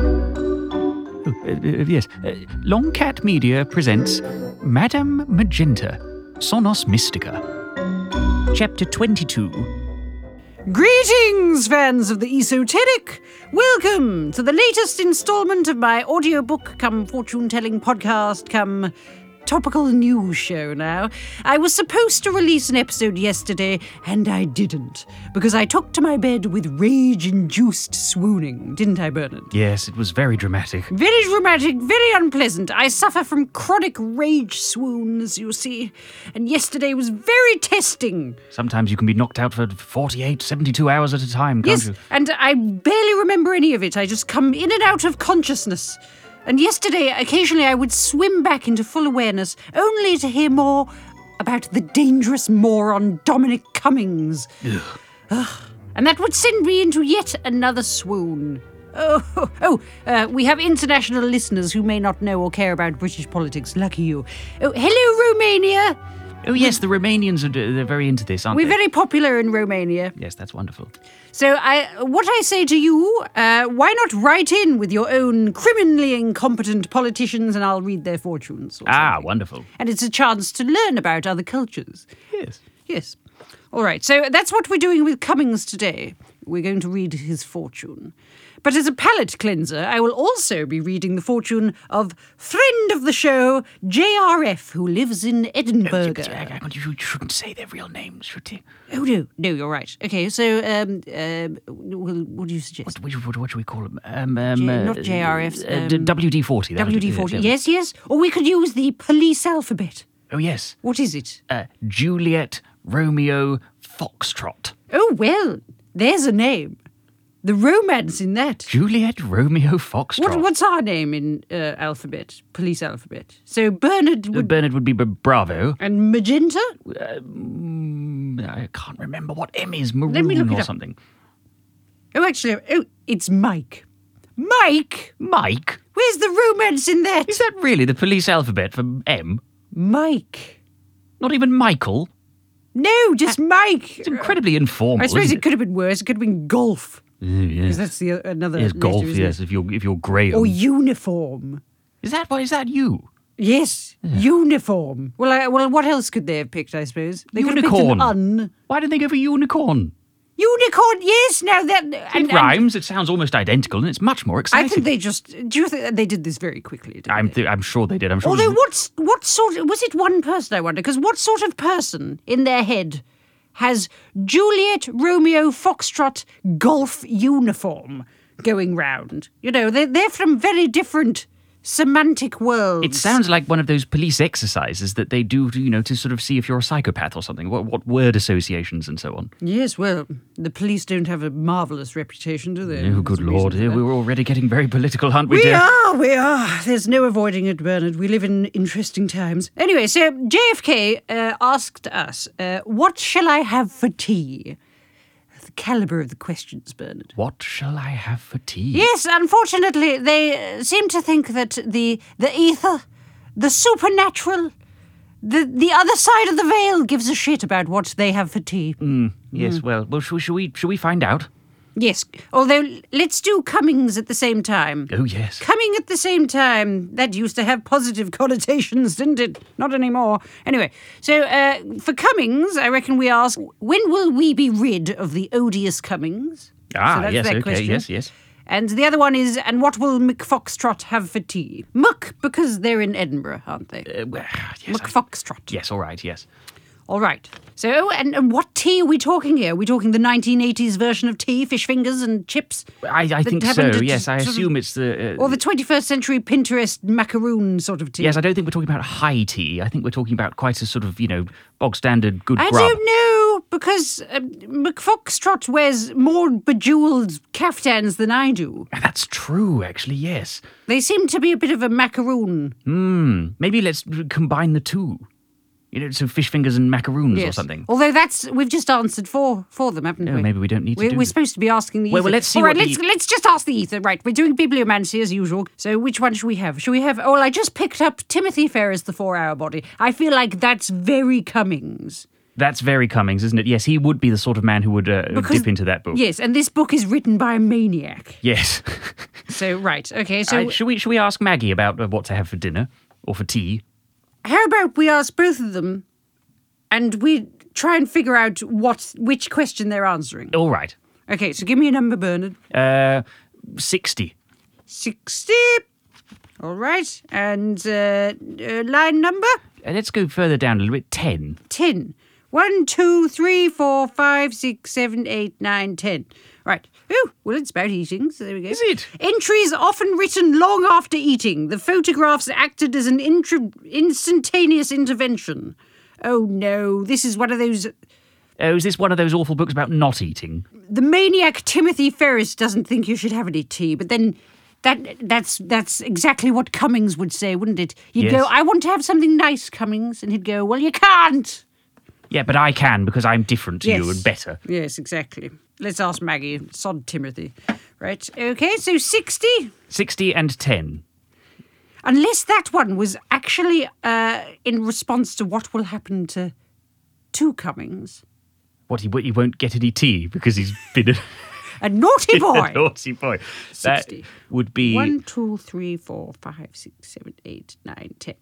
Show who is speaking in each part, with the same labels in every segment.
Speaker 1: Oh, uh, uh, yes. Uh, Longcat Media presents Madame Magenta, Sonos Mystica. Chapter 22
Speaker 2: Greetings, fans of the esoteric! Welcome to the latest installment of my audiobook come fortune telling podcast come topical news show now. I was supposed to release an episode yesterday, and I didn't, because I took to my bed with rage induced swooning, didn't I, Bernard?
Speaker 1: Yes, it was very dramatic.
Speaker 2: Very dramatic, very unpleasant. I suffer from chronic rage swoons, you see, and yesterday was very testing.
Speaker 1: Sometimes you can be knocked out for 48, 72 hours at a time, can't
Speaker 2: yes,
Speaker 1: you?
Speaker 2: and I barely remember any of it. I just come in and out of consciousness. And yesterday, occasionally, I would swim back into full awareness, only to hear more about the dangerous moron Dominic Cummings. Ugh. And that would send me into yet another swoon. Oh, oh uh, we have international listeners who may not know or care about British politics. Lucky you. Oh, hello, Romania.
Speaker 1: Oh, yes, the Romanians are they're very into this, aren't
Speaker 2: We're
Speaker 1: they?
Speaker 2: very popular in Romania.
Speaker 1: yes, that's wonderful.
Speaker 2: So, I, what I say to you, uh, why not write in with your own criminally incompetent politicians and I'll read their fortunes? or
Speaker 1: Ah,
Speaker 2: something.
Speaker 1: wonderful.
Speaker 2: And it's a chance to learn about other cultures.
Speaker 1: Yes.
Speaker 2: Yes. All right, so that's what we're doing with Cummings today. We're going to read his fortune. But as a palate cleanser, I will also be reading the fortune of friend of the show, JRF, who lives in
Speaker 1: Oh,
Speaker 2: Edinburgh.
Speaker 1: You shouldn't say their real names, should you?
Speaker 2: Oh, no, no, you're right. Okay, so um, um, well, what do you suggest?
Speaker 1: What, what, what do we call them? Um, um,
Speaker 2: J- not
Speaker 1: uh,
Speaker 2: JRFs,
Speaker 1: uh, d-
Speaker 2: um,
Speaker 1: WD-40. that'll do,
Speaker 2: WD40.
Speaker 1: yeah.
Speaker 2: Yes, yes. Or we could use the police alphabet.
Speaker 1: Oh, yes.
Speaker 2: What is it?
Speaker 1: Uh, Juliet Romeo Foxtrot.
Speaker 2: Oh, well, there's a name. The romance in that.
Speaker 1: Juliet Romeo Foxtrot.
Speaker 2: What, what's our name in uh, alphabet? Police alphabet. So Bernard
Speaker 1: Uh,
Speaker 2: would,
Speaker 1: Bernard would be b- Bravo.
Speaker 2: and Magenta?
Speaker 1: Mm, I can't remember what M is. Maroon
Speaker 2: me look it
Speaker 1: or
Speaker 2: up.
Speaker 1: something.
Speaker 2: Oh, actually, oh, it's Mike. Mike?
Speaker 1: Mike?
Speaker 2: Where's the romance in that?
Speaker 1: Is that really the police alphabet for M?
Speaker 2: Mike.
Speaker 1: Not even Michael?
Speaker 2: No,
Speaker 1: Uh,
Speaker 2: just Mike.
Speaker 1: It's incredibly informal.
Speaker 2: I suppose
Speaker 1: isn't
Speaker 2: it could have been worse. It could have been golf.
Speaker 1: Mm, yes.
Speaker 2: Because that's the o- another
Speaker 1: Yes,
Speaker 2: letter,
Speaker 1: golf,
Speaker 2: isn't it? Oh,
Speaker 1: yes, if you're, if you're Graham.
Speaker 2: Or uniform.
Speaker 1: is that why? Is that you?
Speaker 2: Yes, uniform. Well, I, well, what else could they have picked? I suppose they
Speaker 1: Unicorn.
Speaker 2: could have picked an un.
Speaker 1: Why didn't they go for unicorn?
Speaker 2: Unicorn. Yes. Now that and,
Speaker 1: It
Speaker 2: and-
Speaker 1: rhymes, it sounds almost identical, and it's much more exciting.
Speaker 2: I think they just. Do you think they did this very quickly? Didn't
Speaker 1: I'm,
Speaker 2: they?
Speaker 1: th- I'm sure they did. I'm sure it
Speaker 2: Although,
Speaker 1: was-
Speaker 2: what's what sort? Was it one person? I wonder. Because what sort of person in their head has Juliet Romeo Foxtrot golf uniform going round? You know, they they're from very different semantic worlds.
Speaker 1: It sounds like one of those police exercises that they do, to, you know, to sort of see if you're a psychopath or something. What, what word associations and so on.
Speaker 2: Yes, well, the police don't have a marvellous reputation, do they?
Speaker 1: Oh, good
Speaker 2: There's a reason
Speaker 1: lord!
Speaker 2: for
Speaker 1: Here
Speaker 2: that.
Speaker 1: we were already getting very political, aren't we,
Speaker 2: We
Speaker 1: dear?
Speaker 2: are, we are. There's no avoiding it, Bernard. We live in interesting times. Anyway, so JFK uh, asked us, uh, What shall I have for tea? The calibre of the questions, Bernard.
Speaker 1: What shall I have for tea?
Speaker 2: Yes, unfortunately, they uh, seem to think that the, the ether, the supernatural, the, the other side of the veil gives a shit about what they have for tea.
Speaker 1: Hmm. Yes.
Speaker 2: Hmm.
Speaker 1: Well, well, shall, shall we shall we find out?
Speaker 2: Yes, although l- let's do Cummings at the same time.
Speaker 1: Oh yes.
Speaker 2: Coming at the same time. That used to have positive connotations, didn't it? Not anymore. Anyway, so uh, for Cummings, I reckon we ask when will we be rid of the odious Cummings?
Speaker 1: Ah,
Speaker 2: so that's
Speaker 1: yes.
Speaker 2: their
Speaker 1: Okay.
Speaker 2: question.
Speaker 1: Yes. Yes.
Speaker 2: And the other one is, and what will McFoxtrot have for tea? Muck, because they're in Edinburgh, aren't they?
Speaker 1: Uh, well, yes, I-
Speaker 2: McFoxtrot.
Speaker 1: yes, all right, yes.
Speaker 2: All right. So, and, and what tea are we talking here? Are we talking the 1980s version of tea, fish fingers and chips?
Speaker 1: I, I
Speaker 2: that
Speaker 1: think so,
Speaker 2: happened at-
Speaker 1: yes. I
Speaker 2: sort of-
Speaker 1: assume it's the. Uh,
Speaker 2: Or the 21st century Pinterest macaroon sort of tea?
Speaker 1: yes, I don't think we're talking about high tea. I think we're talking about quite a sort of, you know, bog standard good
Speaker 2: I
Speaker 1: grub.
Speaker 2: don't know because uh, McFoxtrot wears more bejeweled caftans than I do.
Speaker 1: That's true, actually, yes.
Speaker 2: They seem to be a bit of a macaroon.
Speaker 1: Hmm, Maybe let's combine the two. You know, so fish fingers and macaroons or
Speaker 2: Yes. Oh,
Speaker 1: something.
Speaker 2: Although that's we've just answered for for them, haven't
Speaker 1: Yeah,
Speaker 2: we?
Speaker 1: maybe we don't need to
Speaker 2: We're,
Speaker 1: do
Speaker 2: we're
Speaker 1: this.
Speaker 2: supposed to be asking the
Speaker 1: Well,
Speaker 2: ether.
Speaker 1: well, let's see
Speaker 2: All
Speaker 1: what
Speaker 2: right,
Speaker 1: the-
Speaker 2: let's let's just ask the ether. Right, we're doing bibliomancy as usual. So which one should we have? Should we have? Oh, well, I just picked up Timothy Ferris, the four-hour body. I feel like that's very Cummings.
Speaker 1: That's very Cummings, isn't it? Yes, he would be the sort of man who would uh,
Speaker 2: Because-
Speaker 1: dip into that book.
Speaker 2: Yes, and this book is written by a maniac.
Speaker 1: Yes.
Speaker 2: So right, okay. So
Speaker 1: Uh, should we should we ask Maggie about uh, what to have for dinner or for tea?
Speaker 2: How about we ask both of them and we try and figure out what which question they're answering.
Speaker 1: All right.
Speaker 2: Okay, so give me a number, Bernard.
Speaker 1: Uh, sixty.
Speaker 2: 60. All right. And uh, uh, line number
Speaker 1: Uh, let's go further down a little bit. Ten.
Speaker 2: 10. 1, 2, 3, 4, 5, 6, 7, 8, 9, 10. Right. Oh, well, it's about eating, so there we go.
Speaker 1: Is it?
Speaker 2: Entries often written long after eating. The photographs acted as an intra- instantaneous intervention. Oh, no. This is one of those
Speaker 1: Oh, is this one of those awful books about not eating?
Speaker 2: the maniac Timothy Ferris doesn't think you should have any tea, but then that that's that's exactly what Cummings would say, wouldn't it? You'd
Speaker 1: Yes.
Speaker 2: go, I want to have something nice, Cummings, and he'd go, Well, you can't.
Speaker 1: Yeah, but I can because I'm different to you
Speaker 2: Yes.
Speaker 1: and better.
Speaker 2: Yes, exactly. Let's ask Maggie. Sod Timothy. Right. Okay, so sixty.
Speaker 1: Sixty and ten.
Speaker 2: Unless that one was actually uh, in response to what will happen to two Cummings.
Speaker 1: What he, wo- he won't get any tea because he's been a,
Speaker 2: A naughty
Speaker 1: a
Speaker 2: boy.
Speaker 1: naughty boy. That
Speaker 2: 60.
Speaker 1: would be
Speaker 2: One, two, three, four, five, six, seven, eight, nine, ten.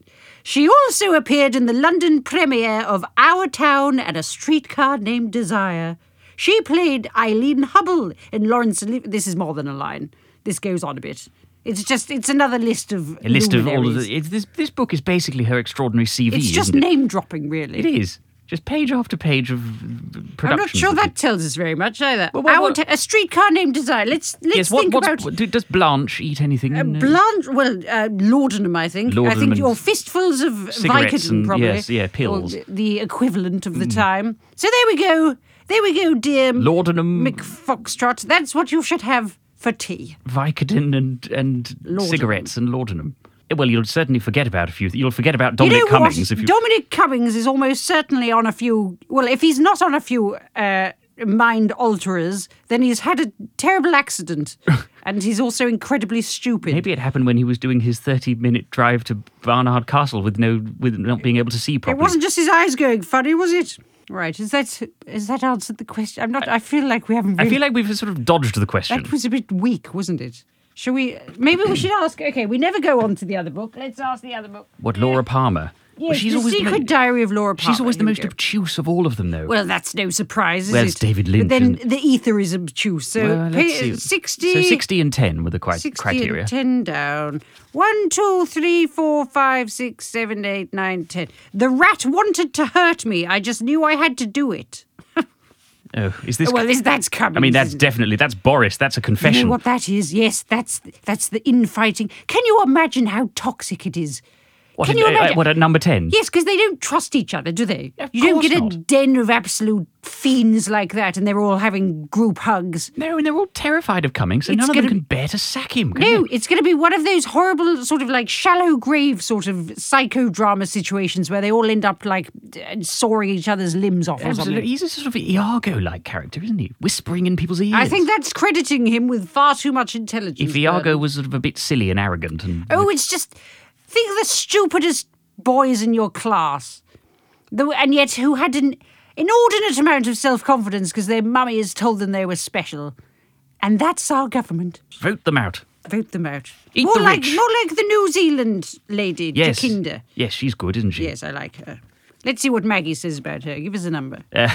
Speaker 2: She also appeared in the London premiere of Our Town and a Streetcar Named Desire. She played Eileen Hubble in Lawrence. Oli- This is more than a line. This goes on a bit. It's just it's another list of
Speaker 1: a list of all of the. It's, this this book is basically her extraordinary CV.
Speaker 2: It's just
Speaker 1: isn't it?
Speaker 2: name dropping, really.
Speaker 1: It is just page after page of production.
Speaker 2: I'm not sure that tells us very much either.
Speaker 1: Well, what-
Speaker 2: Our
Speaker 1: what-
Speaker 2: Ta- a streetcar named Desire. Let's let's
Speaker 1: Yes, what,
Speaker 2: think
Speaker 1: what,
Speaker 2: about
Speaker 1: what- do- does Blanche eat anything? in, uh,
Speaker 2: Blanche, well, uh, laudanum, I think. I
Speaker 1: Laudanum
Speaker 2: think,
Speaker 1: and
Speaker 2: or fistfuls of
Speaker 1: cigarettes
Speaker 2: Vicodin,
Speaker 1: and-
Speaker 2: probably.
Speaker 1: yes, yeah,
Speaker 2: or
Speaker 1: pills. Mm.
Speaker 2: th- the equivalent of the time. So there we go. There we go, dear
Speaker 1: laudanum,
Speaker 2: McFoxtrot. That's what you should have for tea.
Speaker 1: Vicodin, and and
Speaker 2: Laudanum.
Speaker 1: cigarettes and laudanum. Eh, Well, you'll certainly forget about a few. You'll forget about Dominic
Speaker 2: you know
Speaker 1: Cummings
Speaker 2: what?
Speaker 1: if you.
Speaker 2: Dominic Cummings is almost certainly on a few. Well, if he's not on a few uh, mind alterers, then he's had a terrible accident, and he's also incredibly stupid.
Speaker 1: Maybe it happened when he was doing his thirty-minute drive to Barnard Castle with no, with not being able to see
Speaker 2: It
Speaker 1: properly.
Speaker 2: wasn't just his eyes going funny, was it? Right. Is that is that answered the question? I'm not. I feel like we haven't. Really,
Speaker 1: I feel like we've sort of dodged the question.
Speaker 2: that was a bit weak, wasn't it? Shall we? Maybe we should ask. Okay, we never go on to the other book. Let's ask the other book.
Speaker 1: What Laura Palmer? Well,
Speaker 2: Yes, the
Speaker 1: the
Speaker 2: Secret
Speaker 1: mo-
Speaker 2: Diary of Laura Palmer.
Speaker 1: She's always the
Speaker 2: Here we
Speaker 1: most
Speaker 2: go.
Speaker 1: obtuse of all of them, though.
Speaker 2: Well, that's no surprise, is
Speaker 1: Well,
Speaker 2: it?
Speaker 1: it's David Lynch,
Speaker 2: But then
Speaker 1: isn't
Speaker 2: the ether is obtuse. So
Speaker 1: Well, let's
Speaker 2: pay-
Speaker 1: see.
Speaker 2: 60,
Speaker 1: So sixty and ten were the cri-
Speaker 2: 60
Speaker 1: criteria.
Speaker 2: and 10 down. One, two, three, four, five, six, seven, eight, nine, ten. The rat wanted to hurt me. I just knew I had to do it.
Speaker 1: Oh, is this?
Speaker 2: Well, is that's coming.
Speaker 1: I mean, that's definitely that's Boris. That's a
Speaker 2: You
Speaker 1: confession.
Speaker 2: know what that is? Yes, that's that's the infighting. Can you imagine how toxic it is?
Speaker 1: What,
Speaker 2: Can
Speaker 1: at-
Speaker 2: you
Speaker 1: uh,
Speaker 2: imagine?
Speaker 1: what at number ten?
Speaker 2: Yes, because they don't trust each other, do they?
Speaker 1: Of
Speaker 2: you don't
Speaker 1: course
Speaker 2: get a
Speaker 1: not.
Speaker 2: den of absolute fiends like that, and they're all having group hugs.
Speaker 1: No, and they're all terrified of Cummings, so
Speaker 2: It's
Speaker 1: none of
Speaker 2: gonna-
Speaker 1: them can bear to sack him. Can
Speaker 2: No,
Speaker 1: they?
Speaker 2: it's going to be one of those horrible, sort of like shallow grave, sort of psychodrama situations where they all end up like uh, sawing each other's limbs off or something.
Speaker 1: Absolutely. He's a sort of Iago-like character, isn't he? Whispering in people's ears.
Speaker 2: I think that's crediting him with far too much intelligence.
Speaker 1: if
Speaker 2: Bernard.
Speaker 1: Iago was sort of a bit silly and arrogant, and
Speaker 2: Oh, it's just think of the stupidest boys in your class, the, and yet who had an inordinate amount of self confidence because their mummies told them they were special, and that's our government.
Speaker 1: vote them out.
Speaker 2: Vote them out.
Speaker 1: Eat
Speaker 2: more
Speaker 1: the
Speaker 2: like
Speaker 1: rich.
Speaker 2: more like the New Zealand lady,
Speaker 1: Yes.
Speaker 2: Jacinda.
Speaker 1: Yes, she's good, isn't she?
Speaker 2: Yes, I like her. Let's see what Maggie says about her. Give us a number.
Speaker 1: Uh,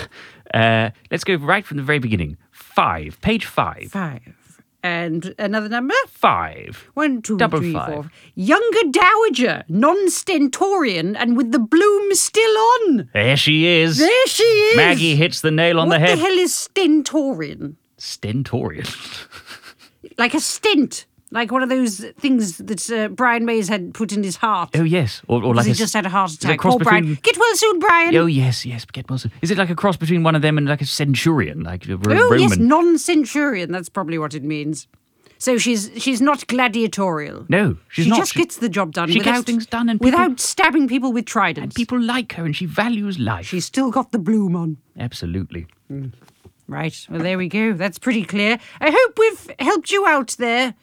Speaker 1: uh, let's go right from the very beginning. Five, page five.
Speaker 2: Five. And another number?
Speaker 1: Five.
Speaker 2: One, two,
Speaker 1: Double
Speaker 2: three,
Speaker 1: five.
Speaker 2: four. Younger dowager, non stentorian, and with the bloom still on.
Speaker 1: There she is.
Speaker 2: There she is.
Speaker 1: Maggie hits the nail on the
Speaker 2: what
Speaker 1: head.
Speaker 2: the hell is stentorian?
Speaker 1: Stentorian.
Speaker 2: Like a stent. Like one of those things that uh, Brian Mays had put in his heart.
Speaker 1: oh yes, or, or like a
Speaker 2: he
Speaker 1: s-
Speaker 2: just had a heart
Speaker 1: is it
Speaker 2: attack.
Speaker 1: cross
Speaker 2: Poor Brian.
Speaker 1: between-
Speaker 2: Get well soon, Brian.
Speaker 1: Oh yes, yes. Get Wilson. Is it like a cross between one of them and like a centurion, like a Ro-
Speaker 2: oh,
Speaker 1: Roman?
Speaker 2: yes, non-centurion. That's probably what it means. So she's she's not gladiatorial.
Speaker 1: no, she's
Speaker 2: she
Speaker 1: not.
Speaker 2: just gets the job done
Speaker 1: she gets
Speaker 2: without
Speaker 1: things done and people-
Speaker 2: without stabbing people with tridents.
Speaker 1: People like her, and she values life.
Speaker 2: She's still got the bloom on.
Speaker 1: absolutely.
Speaker 2: Right. Well, there we go. That's pretty clear. I hope we've helped you out there.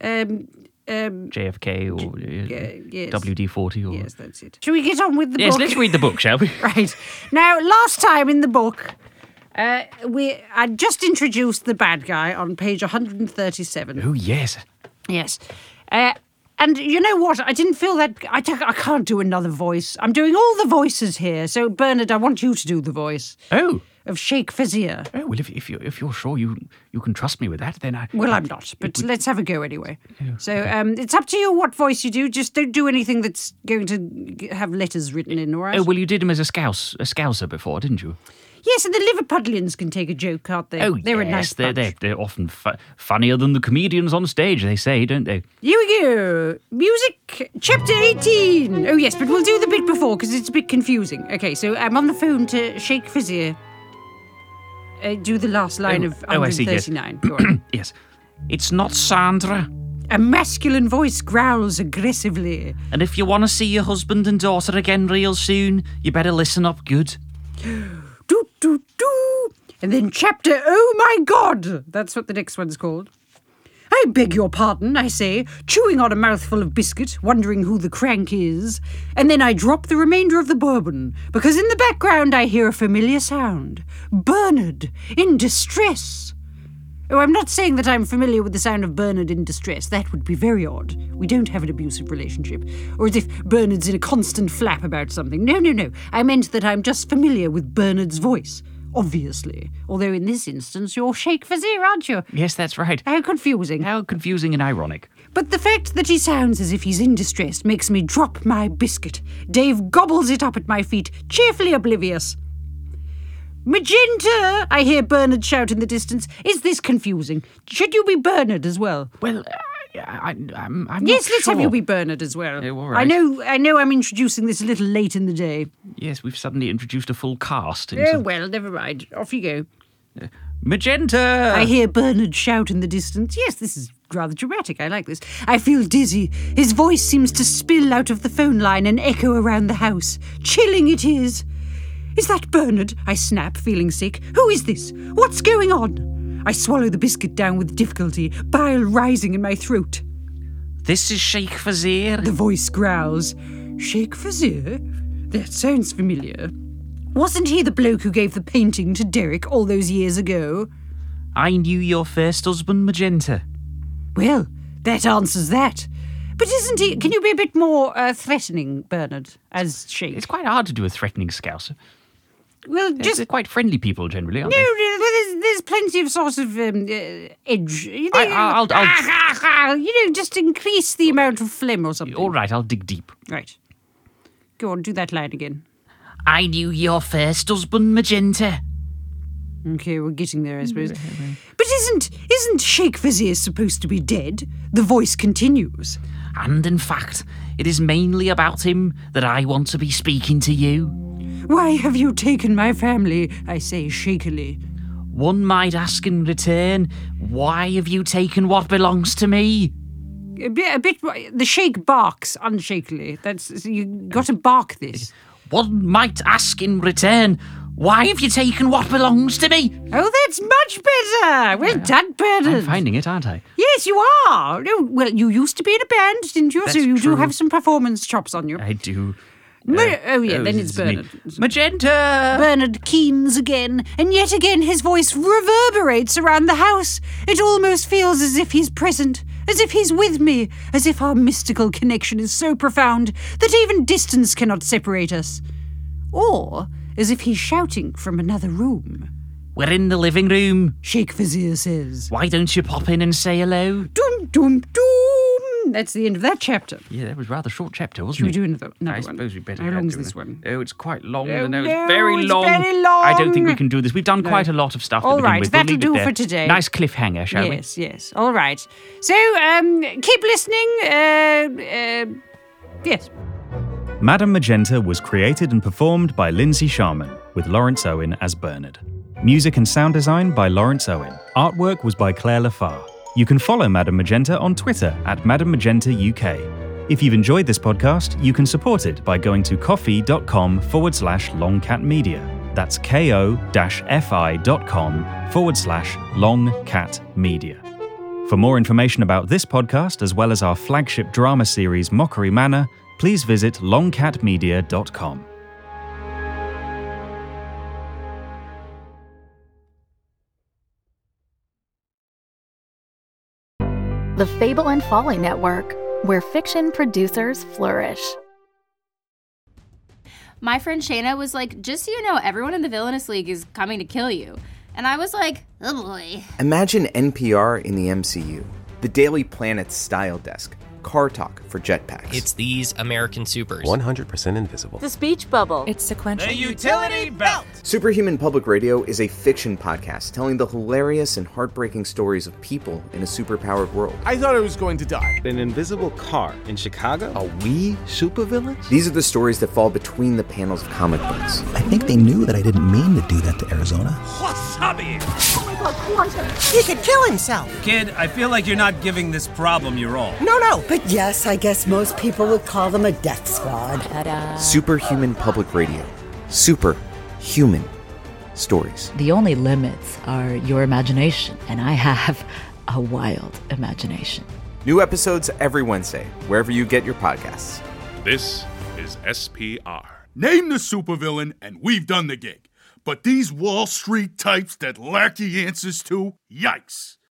Speaker 2: Um, um,
Speaker 1: JFK or
Speaker 2: yeah, yes.
Speaker 1: WD forty or
Speaker 2: yes, that's it. Shall we get on with the
Speaker 1: Yes,
Speaker 2: book?
Speaker 1: let's read the book, shall we?
Speaker 2: right. Now, last time in the book, uh, we I just introduced the bad guy on page 137.
Speaker 1: Oh yes.
Speaker 2: Yes. Uh, and you know what? I didn't feel that. I, don't- I can't do another voice. I'm doing all the voices here. So, Bernard, I want you to do the voice
Speaker 1: Oh.
Speaker 2: of Sheikh Vizier.
Speaker 1: Oh well, if, if you if you're sure you you can trust me with that, then I
Speaker 2: Well, I'm not, but let's have a go anyway. So um, it's up to you what voice you do. Just don't do anything that's going to g- have letters written in, all right?
Speaker 1: Oh well, you did him as a scouse a scouser before, didn't you?
Speaker 2: yes, and the Liverpudlians can take a joke, can't they?
Speaker 1: Oh
Speaker 2: They're
Speaker 1: yes,
Speaker 2: a nice
Speaker 1: they're,
Speaker 2: bunch.
Speaker 1: they're they're often fu- funnier than the comedians on stage. They say, don't they?
Speaker 2: Here we go. Music, chapter 18. Oh, yes, but we'll do the bit before because it's a bit confusing. Okay, so I'm on the phone to Sheikh Vizier. Uh, do the last line
Speaker 1: Oh,
Speaker 2: of
Speaker 1: oh, I see, yes.
Speaker 2: 139. Go on.
Speaker 1: Yes. It's not Sandra.
Speaker 2: a masculine voice growls aggressively.
Speaker 1: And if you want to see your husband and daughter again real soon, you better listen up good.
Speaker 2: Doo doo doo. And then chapter Oh my God! That's what the next one's called. I beg your pardon, I say, chewing on a mouthful of biscuit, wondering who the crank is, and then I drop the remainder of the bourbon, because in the background I hear a familiar sound Bernard in distress. Oh, I'm not saying that I'm familiar with the sound of Bernard in distress. That would be very odd. We don't have an abusive relationship. Or as if Bernard's in a constant flap about something. No, no, no. I meant that I'm just familiar with Bernard's voice. Obviously. Although in this instance, you're Sheikh Vizier, aren't you?
Speaker 1: Yes, that's right.
Speaker 2: How confusing.
Speaker 1: How confusing and ironic.
Speaker 2: But the fact that he sounds as if he's in distress makes me drop my biscuit. Dave gobbles it up at my feet, cheerfully oblivious. Magenta, I hear Bernard shout in the distance. Is this confusing? Should you be Bernard as well?
Speaker 1: Well, I, I, I'm, I'm
Speaker 2: yes,
Speaker 1: not
Speaker 2: let's have
Speaker 1: sure.
Speaker 2: you be Bernard as well.
Speaker 1: Oh, all
Speaker 2: I
Speaker 1: right.
Speaker 2: know I know I'm introducing this a little late in the day.
Speaker 1: Yes, we've suddenly introduced a full cast. Into...
Speaker 2: Oh well, never mind. Off you go.
Speaker 1: Magenta!
Speaker 2: I hear Bernard shout in the distance. Yes, this is rather dramatic. I like this. I feel dizzy. His voice seems to spill out of the phone line and echo around the house. Chilling it is. Is that Bernard? I snap, feeling sick. Who is this? What's going on? I swallow the biscuit down with difficulty, bile rising in my throat.
Speaker 1: This is Sheikh Fazir.
Speaker 2: The voice growls. Sheikh Fazir? That sounds familiar. Wasn't he the bloke who gave the painting to Derek all those years ago?
Speaker 1: I knew your first husband, Magenta.
Speaker 2: Well, that answers that. But isn't he? Can you be a bit more uh, threatening, Bernard, as Sheikh?
Speaker 1: It's quite hard to do a threatening scouser.
Speaker 2: Well,
Speaker 1: Just...
Speaker 2: just
Speaker 1: They're quite friendly people, generally, aren't
Speaker 2: no.
Speaker 1: they?
Speaker 2: no, There's, there's plenty of sort of um, uh, edge. You
Speaker 1: I-
Speaker 2: know,
Speaker 1: I'll- I'll-
Speaker 2: ah, ah, ah, you know, just increase the amount of phlegm or something.
Speaker 1: All right, I'll dig deep.
Speaker 2: Right. Go on, do that line again.
Speaker 1: I knew your first husband, Magenta.
Speaker 2: Okay, we're getting there, I
Speaker 1: Mm-hmm.
Speaker 2: suppose. But isn't isn't Sheikh Vizier supposed to be dead? The voice continues.
Speaker 1: And in fact, it is mainly about him that I want to be speaking to you.
Speaker 2: Why have you taken my family? I say shakily.
Speaker 1: One might ask in return, why have you taken what belongs to me?
Speaker 2: A bit, a bit. The shake barks unshakily. That's you got to bark this.
Speaker 1: One might ask in return, why have you taken what belongs to me?
Speaker 2: Oh, that's much better. Well done,
Speaker 1: I'm
Speaker 2: Bernard.
Speaker 1: finding it, aren't I?
Speaker 2: Yes, you are. No, well, you used to be in a band, didn't you? so
Speaker 1: That's
Speaker 2: you
Speaker 1: true. Uh,
Speaker 2: do have some performance chops on you.
Speaker 1: I do.
Speaker 2: Ma- oh yeah, then
Speaker 1: this is
Speaker 2: it's
Speaker 1: me.
Speaker 2: Bernard.
Speaker 1: Magenta!
Speaker 2: Bernard Keynes again, and yet again his voice reverberates around the house. It almost feels as if he's present, as if he's with me, as if our mystical connection is so profound that even distance cannot separate us. Or as if he's shouting from another room.
Speaker 3: We're in the living room.
Speaker 2: Sheikh Vizier says.
Speaker 3: Why don't you pop in and say hello?
Speaker 2: Doom, doom, doom. That's the end of that chapter.
Speaker 3: Yeah, that was rather short chapter, wasn't
Speaker 2: Should we
Speaker 3: it?
Speaker 2: do another, another
Speaker 3: I
Speaker 2: one?
Speaker 3: suppose we better.
Speaker 2: How
Speaker 3: not
Speaker 2: long's
Speaker 3: do
Speaker 2: this
Speaker 3: that.
Speaker 2: one?
Speaker 3: Oh, it's quite long.
Speaker 2: Oh,
Speaker 3: no,
Speaker 2: no,
Speaker 3: it's very
Speaker 2: it's
Speaker 3: long.
Speaker 2: very
Speaker 3: I don't think we
Speaker 2: long.
Speaker 3: can do this. We've done quite a lot of stuff. to
Speaker 2: All
Speaker 3: begin
Speaker 2: right,
Speaker 3: with. We'll
Speaker 2: that'll
Speaker 3: leave it
Speaker 2: do
Speaker 3: there.
Speaker 2: for today.
Speaker 3: Nice cliffhanger, shall we?
Speaker 2: yes, yes. All right. So um, keep listening. Uh, uh, yes.
Speaker 1: Madame Magenta was created and performed by Lindsay Sharman, with Lawrence Owen as Bernard. Music and sound design by Lawrence Owen. Artwork was by Claire Lafar. You can follow Madame Magenta on Twitter at Madame Magenta UK. If you've enjoyed this podcast, you can support it by going to coffee.com forward slash longcatmedia. That's ko-fi.com forward slash longcatmedia. For more information about this podcast, as well as our flagship drama series Mockery Manor, please visit longcatmedia.com.
Speaker 4: The Fable and Folly Network, where fiction producers flourish.
Speaker 5: my friend Shayna was like, just so you know, everyone in the Villainous League is coming to kill you. And I was like, oh boy.
Speaker 6: Imagine NPR in the MCU, the Daily Planet's style desk, car talk for jetpacks.
Speaker 7: It's these American supers.
Speaker 8: 100% invisible.
Speaker 9: The speech bubble.
Speaker 10: It's sequential.
Speaker 7: utility belt.
Speaker 6: Superhuman Public Radio is a fiction podcast telling the hilarious and heartbreaking stories of people in a superpowered world.
Speaker 11: I thought I was going to die.
Speaker 8: An invisible car in Chicago?
Speaker 6: Are we supervillains? These are the stories that fall between the panels of comic books.
Speaker 12: I think they knew that I didn't mean to do that to Arizona.
Speaker 10: He could kill himself.
Speaker 7: Kid, I feel like you're not giving this problem your all.
Speaker 10: No, no. But yes, I guess most people would call them a death squad.
Speaker 6: Superhuman Public Radio. Superhuman stories.
Speaker 9: The only limits are your imagination, and I have a wild imagination.
Speaker 6: New episodes every Wednesday, wherever you get your podcasts.
Speaker 13: This is SPR.
Speaker 11: Name the supervillain, and we've done the gig. But these Wall Street types that lack the answers to, yikes.